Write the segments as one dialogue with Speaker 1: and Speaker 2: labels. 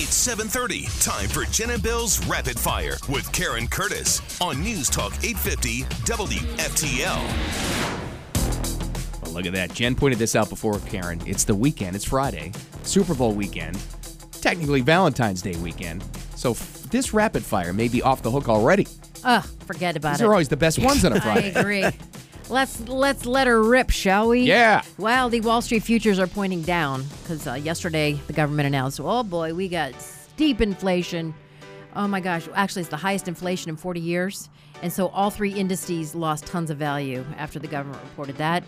Speaker 1: It's 7:30. Time for Jen and Bill's Rapid Fire with Karen Curtis on News Talk 850 WFTL.
Speaker 2: Well, look at that. Jen pointed this out before Karen. It's the weekend. It's Friday, Super Bowl weekend, technically Valentine's Day weekend. So f- this rapid fire may be off the hook already.
Speaker 3: Ugh, forget about
Speaker 2: These
Speaker 3: it.
Speaker 2: are always the best ones on a
Speaker 3: I
Speaker 2: Friday.
Speaker 3: agree. Let's let's let her rip, shall we?
Speaker 2: Yeah.
Speaker 3: Well, the Wall Street futures are pointing down because uh, yesterday the government announced, oh boy, we got steep inflation. Oh my gosh! Actually, it's the highest inflation in 40 years, and so all three indices lost tons of value after the government reported that.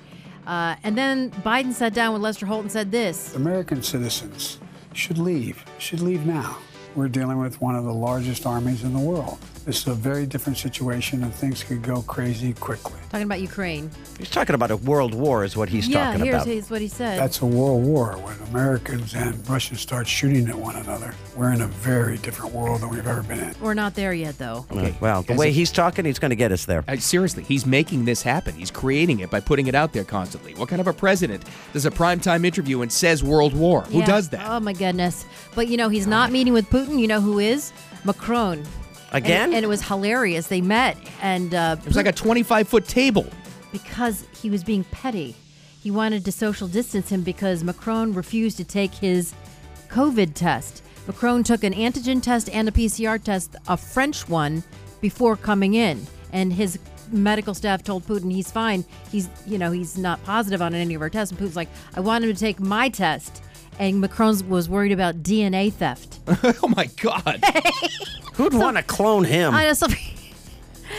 Speaker 3: Uh, and then Biden sat down with Lester Holt and said this.
Speaker 4: American citizens should leave, should leave now. We're dealing with one of the largest armies in the world. This is a very different situation, and things could go crazy quickly.
Speaker 3: Talking about Ukraine.
Speaker 5: He's talking about a world war, is what he's
Speaker 3: yeah,
Speaker 5: talking
Speaker 3: here's,
Speaker 5: about.
Speaker 3: here's what he said.
Speaker 4: That's a world war when Americans and Russians start shooting at one another. We're in a very different world than we've ever been in.
Speaker 3: We're not there yet, though.
Speaker 2: Okay.
Speaker 5: Well, the
Speaker 2: Guys,
Speaker 5: way
Speaker 2: if-
Speaker 5: he's talking, he's going to get us there.
Speaker 2: Uh, seriously, he's making this happen. He's creating it by putting it out there constantly. What kind of a president does a primetime interview and says World War? Who
Speaker 3: Yeah.
Speaker 2: does that?
Speaker 3: Oh my goodness! But you know he's not meeting with Putin. You know who is Macron And-
Speaker 5: Again?
Speaker 3: And, it was hilarious. They met and uh,
Speaker 2: it was like a 25 foot table.
Speaker 3: because he was being petty. He wanted to social distance him because Macron refused to take his COVID test. Macron took an antigen test and a PCR test, a French one, before coming in, and his medical staff told Putin he's fine. He's you know he's not positive on any of our tests, and Putin's like, I want him to take my test. And Macron was worried about DNA theft.
Speaker 2: Oh my God.
Speaker 5: Who'd want to clone him?
Speaker 3: I know, so,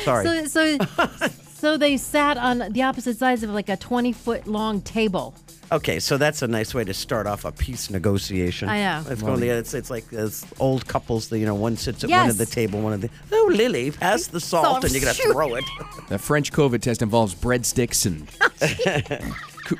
Speaker 5: Sorry.
Speaker 3: so, so, so they sat on the opposite sides of like a 20 foot long table.
Speaker 5: okay, so that's a nice way to start off a peace negotiation.
Speaker 3: I know.
Speaker 5: Let's go on the It's, it's like those old couples, that, you know, one sits at one
Speaker 3: Yes.
Speaker 5: at the table, one at the. Oh, Lily, pass the salt,
Speaker 3: Salt,
Speaker 5: and you're going to
Speaker 3: shoot.
Speaker 5: throw it.
Speaker 2: the French COVID test involves breadsticks and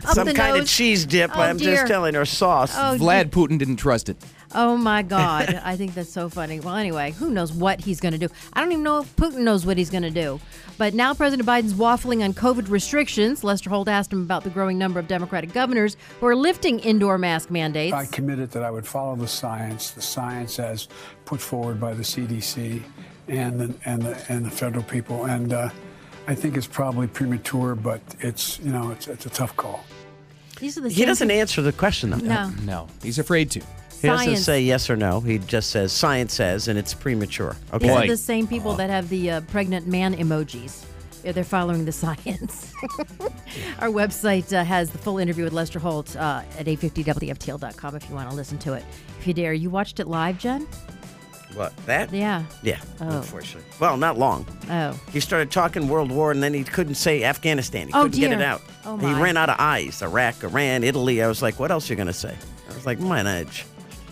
Speaker 3: Up
Speaker 5: Some
Speaker 3: the
Speaker 5: kind of
Speaker 3: nose.
Speaker 5: cheese dip,
Speaker 3: Oh,
Speaker 5: I'm
Speaker 3: dear.
Speaker 5: just telling her, sauce.
Speaker 3: Oh,
Speaker 2: Vlad Putin didn't trust it.
Speaker 3: Oh my God. I think that's so funny. Well, anyway, who knows what he's going to do? I don't even know if Putin knows what he's going to do. But now President Biden's waffling on COVID restrictions. Lester Holt asked him about the growing number of Democratic governors who are lifting indoor mask mandates.
Speaker 4: I committed that I would follow the science, the science as put forward by the CDC and the, and the, and the federal people. And uh, I think it's probably premature, but it's, you know, it's, it's a tough call.
Speaker 3: These are the
Speaker 5: he
Speaker 3: same
Speaker 5: doesn't
Speaker 3: people-
Speaker 5: answer the question, though.
Speaker 3: No.
Speaker 2: No, he's afraid to.
Speaker 5: He doesn't
Speaker 3: Science.
Speaker 5: say yes or no. He just says, science says, and it's premature. Okay.
Speaker 3: These
Speaker 2: Boy.
Speaker 3: are the same people that have the uh, pregnant man emojis. Yeah, They're following the science. Our website uh, has the full interview with Lester Holt uh, at 850wftl.com if you want to listen to it. If you dare, you watched it live, Jen?
Speaker 5: What, that?
Speaker 3: Yeah.
Speaker 5: Yeah,
Speaker 3: Oh.
Speaker 5: unfortunately. Well, not long.
Speaker 3: Oh.
Speaker 5: He started talking World War, and then he couldn't say Afghanistan. He
Speaker 3: Oh,
Speaker 5: couldn't get it
Speaker 3: dear.
Speaker 5: out.
Speaker 3: Oh,
Speaker 5: he
Speaker 3: my.
Speaker 5: ran out of eyes. Iraq, Iran, Italy. I was like, what else are you going to say? I was like, mine edge.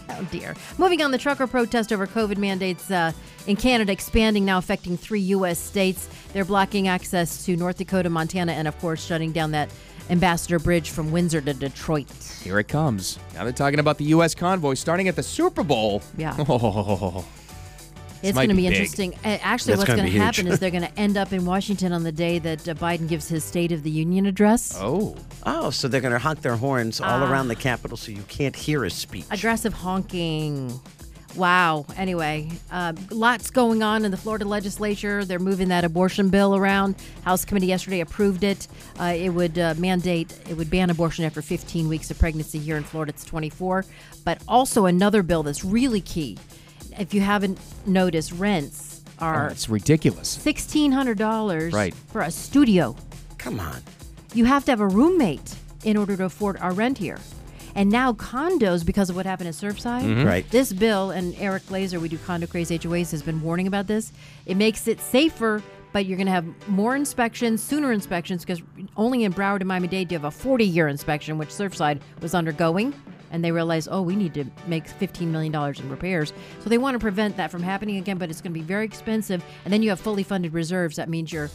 Speaker 3: Oh, dear. Moving on, the trucker protest over COVID mandates uh, in Canada expanding now, affecting three U.S. states. They're blocking access to North Dakota, Montana, and, of course, shutting down that Ambassador Bridge from Windsor to Detroit.
Speaker 2: Here it comes. Now they're talking about the U.S. convoy starting at the Super Bowl.
Speaker 3: Yeah.
Speaker 2: Oh,
Speaker 3: It's
Speaker 2: might
Speaker 3: going to
Speaker 2: be
Speaker 3: be
Speaker 2: big.
Speaker 3: interesting. Uh, Actually,
Speaker 5: That's
Speaker 3: what's
Speaker 5: gonna
Speaker 3: going
Speaker 5: be
Speaker 3: to
Speaker 5: huge.
Speaker 3: happen is they're going to end up in Washington on the day that uh, Biden gives his State of the Union address.
Speaker 2: oh.
Speaker 5: Oh, so they're going to honk their horns all
Speaker 3: Ah.
Speaker 5: around the Capitol so you can't hear his speech.
Speaker 3: Aggressive honking. Wow. Anyway, uh, lots going on in the Florida legislature. They're moving that abortion bill around. House committee yesterday approved it. Uh, it would uh, mandate, it would ban abortion after 15 weeks of pregnancy. Here in Florida, it's 24. But also another bill that's really key. If you haven't noticed, rents
Speaker 2: Oh,
Speaker 3: are
Speaker 2: It's ridiculous.
Speaker 3: sixteen hundred dollars
Speaker 2: Right.
Speaker 3: for a studio.
Speaker 5: Come on.
Speaker 3: You have to have a roommate in order to afford our rent here. And now condos, because of what happened at Surfside,
Speaker 5: Right.
Speaker 3: This bill and Eric Glazer, we do condo craze HOAs, has been warning about this. It makes it safer, but you're going to have more inspections, sooner inspections, because only in Broward and Miami Dade do you have a 40 year inspection, which Surfside was undergoing. And they realized, oh, we need to make $15 million in repairs. So they want to prevent that from happening again, but it's going to be very expensive. And then you have fully funded reserves. That means your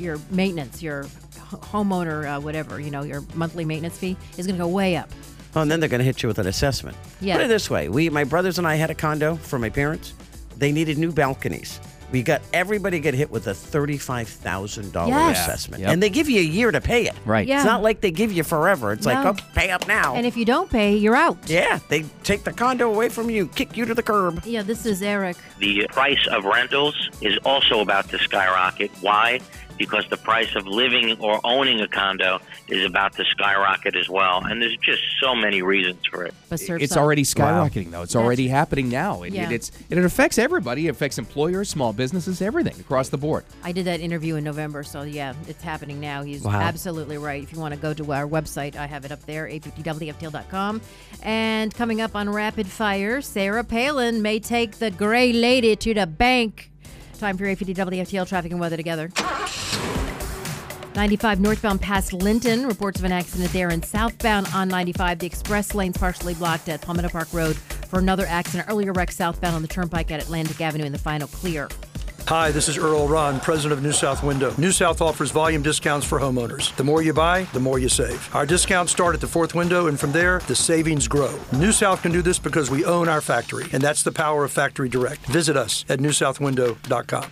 Speaker 3: your maintenance, your h- homeowner, uh, whatever, you know, your monthly maintenance fee is going to go way up.
Speaker 5: Oh, and then they're going to hit you with an assessment.
Speaker 3: Yeah.
Speaker 5: Put it this way: we, my brothers and I, had a condo for my parents. They needed new balconies. We got everybody get hit with a thirty-five thousand dollar
Speaker 3: Yes.
Speaker 5: assessment,
Speaker 2: Yep.
Speaker 5: and they give you a year to pay it.
Speaker 2: Right.
Speaker 3: Yeah.
Speaker 5: It's not like they give you forever. It's
Speaker 3: No.
Speaker 5: like, oh, pay up now.
Speaker 3: And if you don't pay, you're out.
Speaker 5: yeah, they take the condo away from you, kick you to the curb.
Speaker 3: Yeah, this is Eric.
Speaker 6: The price of rentals is also about to skyrocket. Why? Because the price of living or owning a condo is about to skyrocket as well. And there's just so many reasons for it.
Speaker 3: But surf's
Speaker 2: It's
Speaker 3: up.
Speaker 2: already skyrocketing though. It's already happening now. It,
Speaker 3: Yeah.
Speaker 2: it, it's, it affects everybody. It affects employers, small businesses, everything across the board.
Speaker 3: I did that interview in November, so yeah, it's happening now. He's
Speaker 5: Wow.
Speaker 3: absolutely right. If you want to go to our website, I have it up there, 850wftl.com. And coming up on Rapid Fire, Sarah Palin may take the gray lady to the bank. Time for your 850 WFTL traffic and weather together. 95 northbound past Linton. Reports of an accident there. And southbound on 95, the express lane's partially blocked at Palmetto Park Road for another accident. Earlier wreck southbound on the turnpike at Atlantic Avenue in the final clear.
Speaker 7: Hi, this is Earl Ron, president of New South Window. New South offers volume discounts for homeowners. The more you buy, the more you save. Our discounts start at the fourth window, and from there, the savings grow. New South can do this because we own our factory, and that's the power of Factory Direct. Visit us at newsouthwindow.com.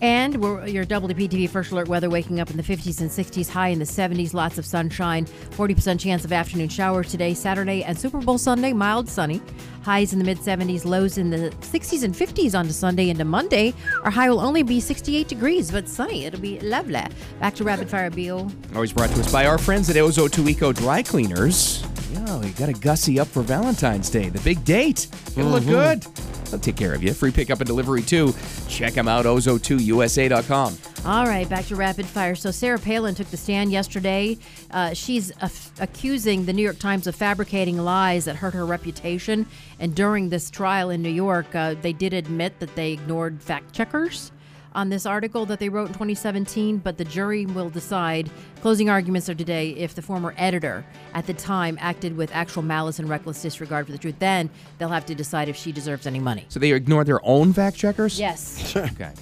Speaker 3: And we're, your WPTV First Alert weather waking up in the 50s and 60s, high in the 70s, lots of sunshine, 40% chance of afternoon showers today, Saturday, and Super Bowl Sunday, mild sunny. Highs in the mid 70s, lows in the 60s and 50s onto Sunday into Monday. Our high will only be 68 degrees, but sunny. It'll be lovely. Back to Rapid Fire Beal.
Speaker 2: Always brought to us by our friends at Ozo Tuico Dry Cleaners. Yo, you got to gussy up for Valentine's Day, the big date. It'll
Speaker 3: Mm-hmm.
Speaker 2: look good. They'll take care of you. Free pickup and delivery too. Check them out, ozo2usa.com.
Speaker 3: All right, back to rapid fire. So Sarah Palin took the stand yesterday. Uh, she's af- accusing the New York Times of fabricating lies that hurt her reputation. And during this trial in New York, uh, they did admit that they ignored fact checkers on this article that they wrote in 2017. But the jury will decide. Closing arguments are today if the former editor at the time acted with actual malice and reckless disregard for the truth. Then they'll have to decide if she deserves any money.
Speaker 2: So they ignore their own fact checkers?
Speaker 3: Yes.
Speaker 2: Okay.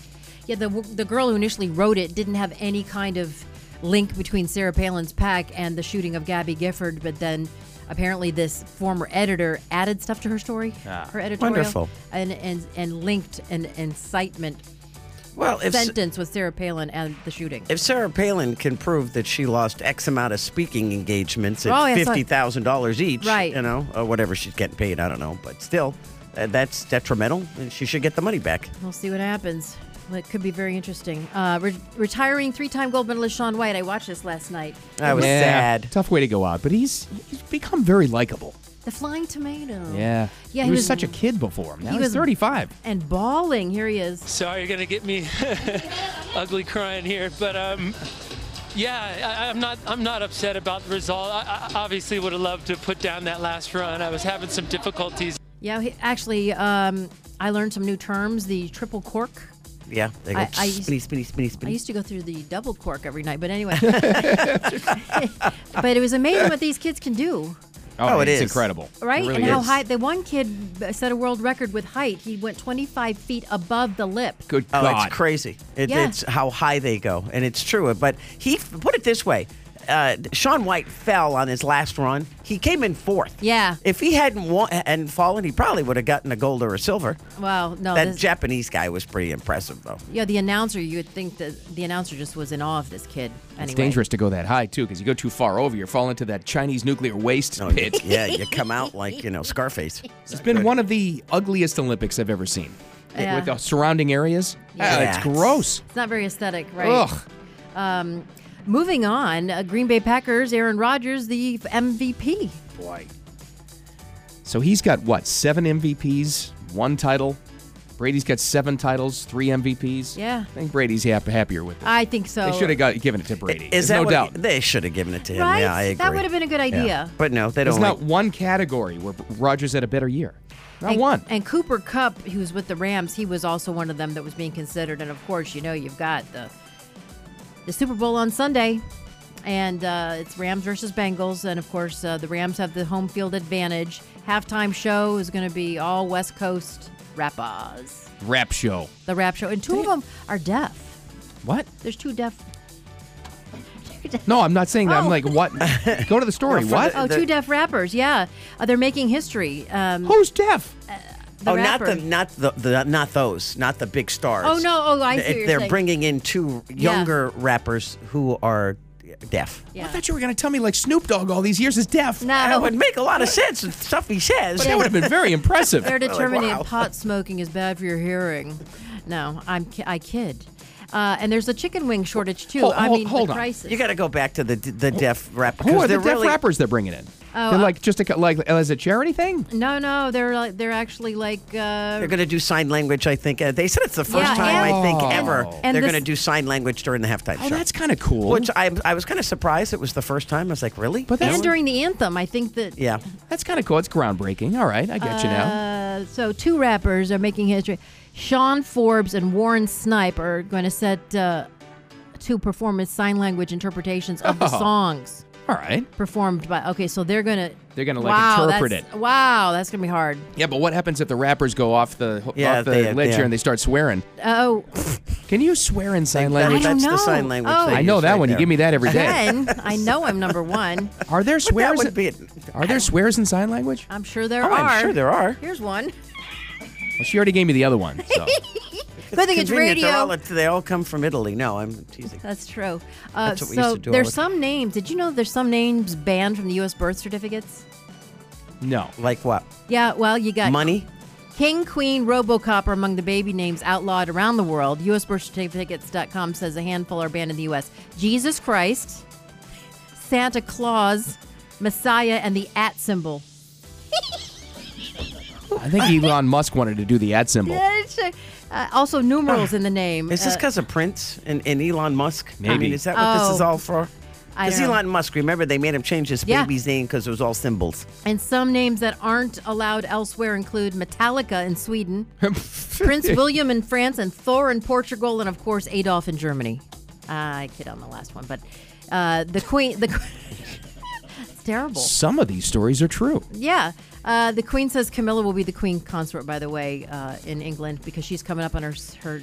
Speaker 3: Yeah, the the girl who initially wrote it didn't have any kind of link between Sarah Palin's pack and the shooting of Gabby Gifford, but then apparently this former editor added stuff to her story, her editorial,
Speaker 5: Wonderful.
Speaker 3: and and and linked an incitement
Speaker 5: Well, if
Speaker 3: sentence with Sarah Palin and the shooting.
Speaker 5: if Sarah Palin can prove that she lost X amount of speaking engagements at
Speaker 3: Oh, yeah, it's
Speaker 5: fifty
Speaker 3: like-
Speaker 5: thousand dollars each,
Speaker 3: Right.
Speaker 5: You know, or whatever she's getting paid, I don't know, but still, uh, that's detrimental, and she should get the money back.
Speaker 3: We'll see what happens. Well, It could be very interesting. Uh, re- retiring three-time gold medalist Sean White. I watched this last night.
Speaker 5: I was
Speaker 2: Yeah,
Speaker 5: sad.
Speaker 2: Tough way to go out, but he's, he's become very likable.
Speaker 3: The Flying Tomato.
Speaker 2: Yeah.
Speaker 3: Yeah,
Speaker 2: He, was, such a kid before. Now
Speaker 3: he
Speaker 2: he's
Speaker 3: was-
Speaker 2: 35.
Speaker 3: and bawling. Here he is.
Speaker 8: Sorry, you're gonna get me ugly crying here, but um, yeah, I, I'm not. I'm not upset about the result. I, I obviously would have loved to put down that last run. I was having some difficulties.
Speaker 3: Yeah, he- actually, um, I learned some new terms. The triple cork.
Speaker 5: Yeah, they go
Speaker 3: I- I used-
Speaker 5: spinny, spinny, spinny,
Speaker 3: I
Speaker 5: spinny.
Speaker 3: used to go through the double cork every night, but anyway. but it was amazing what these kids can do,
Speaker 5: Oh, it
Speaker 2: it's
Speaker 5: is.
Speaker 2: incredible. It
Speaker 3: right?
Speaker 2: really
Speaker 3: and how
Speaker 2: is.
Speaker 3: high? The one kid b- set a world record with height. He went 25 feet above the lip.
Speaker 2: Good
Speaker 5: Oh,
Speaker 2: God.
Speaker 5: it's crazy. It,
Speaker 3: Yeah.
Speaker 5: It's how high they go, and it's true. But he put it this way: uh, Sean White fell on his last run. He came in fourth.
Speaker 3: Yeah.
Speaker 5: If he hadn't won and fallen, he probably would have gotten a gold or a silver.
Speaker 3: Wow, no,
Speaker 5: that
Speaker 3: Oh, this-
Speaker 5: Japanese guy was pretty impressive, though.
Speaker 3: yeah. The announcer, you would think that the announcer just was in awe of this kid. Anyway.
Speaker 2: It's dangerous to go that high, too, because you go too far over, you fall into that Chinese nuclear waste
Speaker 5: No,
Speaker 2: pit.
Speaker 5: Oh, yeah, you come out like you know Scarface.
Speaker 2: It's been one of the ugliest Olympics I've ever seen.
Speaker 3: Yeah.
Speaker 2: With the surrounding areas,
Speaker 3: Yeah.
Speaker 2: Ah, it's gross.
Speaker 3: It's not very aesthetic, right?
Speaker 2: Ugh.
Speaker 3: Moving on, uh, Green Bay Packers, Aaron Rodgers, the MVP.
Speaker 2: So he's got what seven MVPs, one title. Brady's got seven titles, three MVPs.
Speaker 3: Yeah.
Speaker 2: I think Brady's hap- happier with it.
Speaker 3: I think so.
Speaker 2: they should have got given it to Brady.
Speaker 5: Is
Speaker 2: There's
Speaker 5: that
Speaker 2: no
Speaker 5: what
Speaker 2: doubt.
Speaker 5: they should have given it to him?
Speaker 3: Right?
Speaker 5: Yeah, I agree.
Speaker 3: That would've been a good
Speaker 5: Yeah.
Speaker 3: idea.
Speaker 5: But no, they
Speaker 2: There's
Speaker 5: don't.
Speaker 2: not
Speaker 5: like-
Speaker 2: one category where Rogers had a better year. Not
Speaker 3: and,
Speaker 2: one.
Speaker 3: And Cooper Cup, who's with the Rams, he was also one of them that was being considered. And of course, you know, you've got the the Super Bowl on Sunday, and uh, it's Rams versus Bengals. And of course, uh, the Rams have the home field advantage. Halftime show is going to be all West Coast rappers.
Speaker 2: Rap show.
Speaker 3: The rap show, and two of them are deaf.
Speaker 2: What?
Speaker 3: There's two deaf.
Speaker 2: No, I'm not saying that. I'm
Speaker 3: Oh.
Speaker 2: like, what? Go to the story.
Speaker 5: No, for
Speaker 2: what?
Speaker 5: the-
Speaker 3: Uh, Oh, two deaf rappers. Yeah, uh, they're making history. Um,
Speaker 2: Who's deaf?
Speaker 3: The
Speaker 5: oh,
Speaker 3: rapper.
Speaker 5: not the not the, the not those, not the big stars.
Speaker 3: Oh, no. Oh, I see
Speaker 5: Th-
Speaker 3: what you're
Speaker 5: They're
Speaker 3: saying.
Speaker 5: bringing in two younger rappers who are deaf.
Speaker 3: Yeah. Oh.
Speaker 2: I thought you were going to tell me like Snoop Dogg all these years is deaf.
Speaker 5: That
Speaker 3: No,
Speaker 5: would make a lot of sense. The stuff he says.
Speaker 2: That would have been very impressive.
Speaker 3: they're determining
Speaker 5: wow.
Speaker 3: pot smoking is bad for your hearing. No, I'm ki- I kid. Uh, and there's a chicken wing shortage too.
Speaker 2: Hold-
Speaker 3: I
Speaker 2: hold-
Speaker 3: mean,
Speaker 2: hold
Speaker 3: the
Speaker 2: on.
Speaker 3: crisis.
Speaker 5: You got to go back to the the deaf rapper.
Speaker 2: Who
Speaker 5: 'cause
Speaker 2: are the
Speaker 5: they're
Speaker 2: deaf
Speaker 5: really- Oh, uh,
Speaker 2: rappers they're bringing in? they're like just a, co- like as a charity thing.
Speaker 3: no, no, they're like they're actually like uh,
Speaker 5: They're going to do sign language. I think uh, they said it's the first
Speaker 3: Yeah,
Speaker 5: time I
Speaker 3: and-
Speaker 5: think
Speaker 2: Oh.
Speaker 5: ever
Speaker 3: and
Speaker 5: they're
Speaker 3: this-
Speaker 5: going to do sign language during the halftime
Speaker 2: Oh,
Speaker 5: show.
Speaker 2: that's kind of cool.
Speaker 5: Which I I was kind of surprised. It was the first time. I was like, really?
Speaker 2: But that's
Speaker 3: and during the anthem. I think that
Speaker 5: yeah.
Speaker 2: that's kind of cool. It's groundbreaking. All right, I get you now.
Speaker 3: Uh, so two rappers are making history. Sean Forbes and Warren Snipe are going to set uh, two performance sign language interpretations of the
Speaker 2: Oh.
Speaker 3: songs
Speaker 5: Uh,
Speaker 2: All right.
Speaker 3: performed by. Okay, so they're going to.
Speaker 2: They're gonna, like, interpret
Speaker 3: it. Wow, that's going to be hard.
Speaker 2: Yeah, but what happens if the rappers go off the
Speaker 5: Yeah,
Speaker 2: off the
Speaker 5: they-
Speaker 2: ledge
Speaker 5: yeah.
Speaker 2: here and they start swearing?
Speaker 3: Oh,
Speaker 2: Can you swear in sign
Speaker 5: That-
Speaker 2: language?
Speaker 3: I don't
Speaker 5: that's
Speaker 3: know.
Speaker 5: the sign language.
Speaker 3: Oh.
Speaker 5: they
Speaker 2: I know
Speaker 5: use
Speaker 2: that
Speaker 5: right
Speaker 2: one.
Speaker 5: there.
Speaker 2: You give me that every day.
Speaker 3: Ken, I know I'm number one.
Speaker 2: Are there
Speaker 5: But that
Speaker 2: swears?
Speaker 5: would be it.
Speaker 2: Are there swears in sign language?
Speaker 3: I'm sure there
Speaker 5: Oh,
Speaker 3: are.
Speaker 5: I'm sure there are.
Speaker 3: Here's one.
Speaker 2: Well, she already gave me the other one. So.
Speaker 3: Good thing it's
Speaker 5: Convenient,
Speaker 3: radio.
Speaker 5: They're all, they all come from Italy. No, I'm teasing.
Speaker 3: That's true. Uh,
Speaker 5: That's what we
Speaker 3: so
Speaker 5: used to do all
Speaker 3: there's
Speaker 5: the
Speaker 3: some names. Did you know there's some names banned from the U.S. birth certificates?
Speaker 2: no.
Speaker 5: Like what?
Speaker 3: Yeah. Well, you got
Speaker 5: Money?
Speaker 3: King, Queen, RoboCop are among the baby names outlawed around the world. USBirthCertificates.com says a handful are banned in the U.S. Jesus Christ, Santa Claus, Messiah, and the at symbol.
Speaker 2: I think Elon Musk wanted to do the ad symbol.
Speaker 3: Uh, also, numerals in the name.
Speaker 5: Is this
Speaker 3: Uh,
Speaker 5: because of Prince and, and Elon Musk? I
Speaker 2: Maybe.
Speaker 5: mean, is that what this is
Speaker 3: Oh.
Speaker 5: all for?
Speaker 3: I
Speaker 5: Because
Speaker 3: don't know.
Speaker 5: Elon Musk, remember, they made him change his
Speaker 3: Yeah.
Speaker 5: baby's name because it was all symbols.
Speaker 3: and some names that aren't allowed elsewhere include Metallica in Sweden, Prince William in France, and Thor in Portugal, and of course Adolf in Germany. Ah, I kid on the last one, but uh, the Queen. The it's terrible.
Speaker 2: Some of these stories are true.
Speaker 3: Yeah. Uh, the Queen says Camilla will be the Queen consort, by the way, uh, in England because she's coming up on her her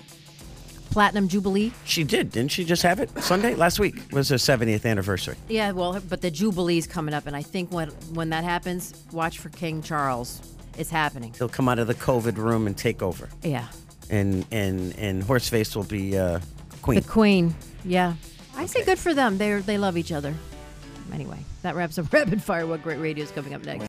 Speaker 3: platinum jubilee.
Speaker 5: She did, didn't she just have it? Sunday? Last week was her 70th anniversary.
Speaker 3: Yeah, well, but the jubilee's coming up, and I think when when that happens, watch for King Charles. It's happening.
Speaker 5: He'll come out of the COVID room and take over.
Speaker 3: Yeah,
Speaker 5: And and and Horseface will be uh, queen.
Speaker 3: the Queen. Yeah, I say good for them. They they love each other. Anyway, that wraps up rapid fire. What great radio is coming up next?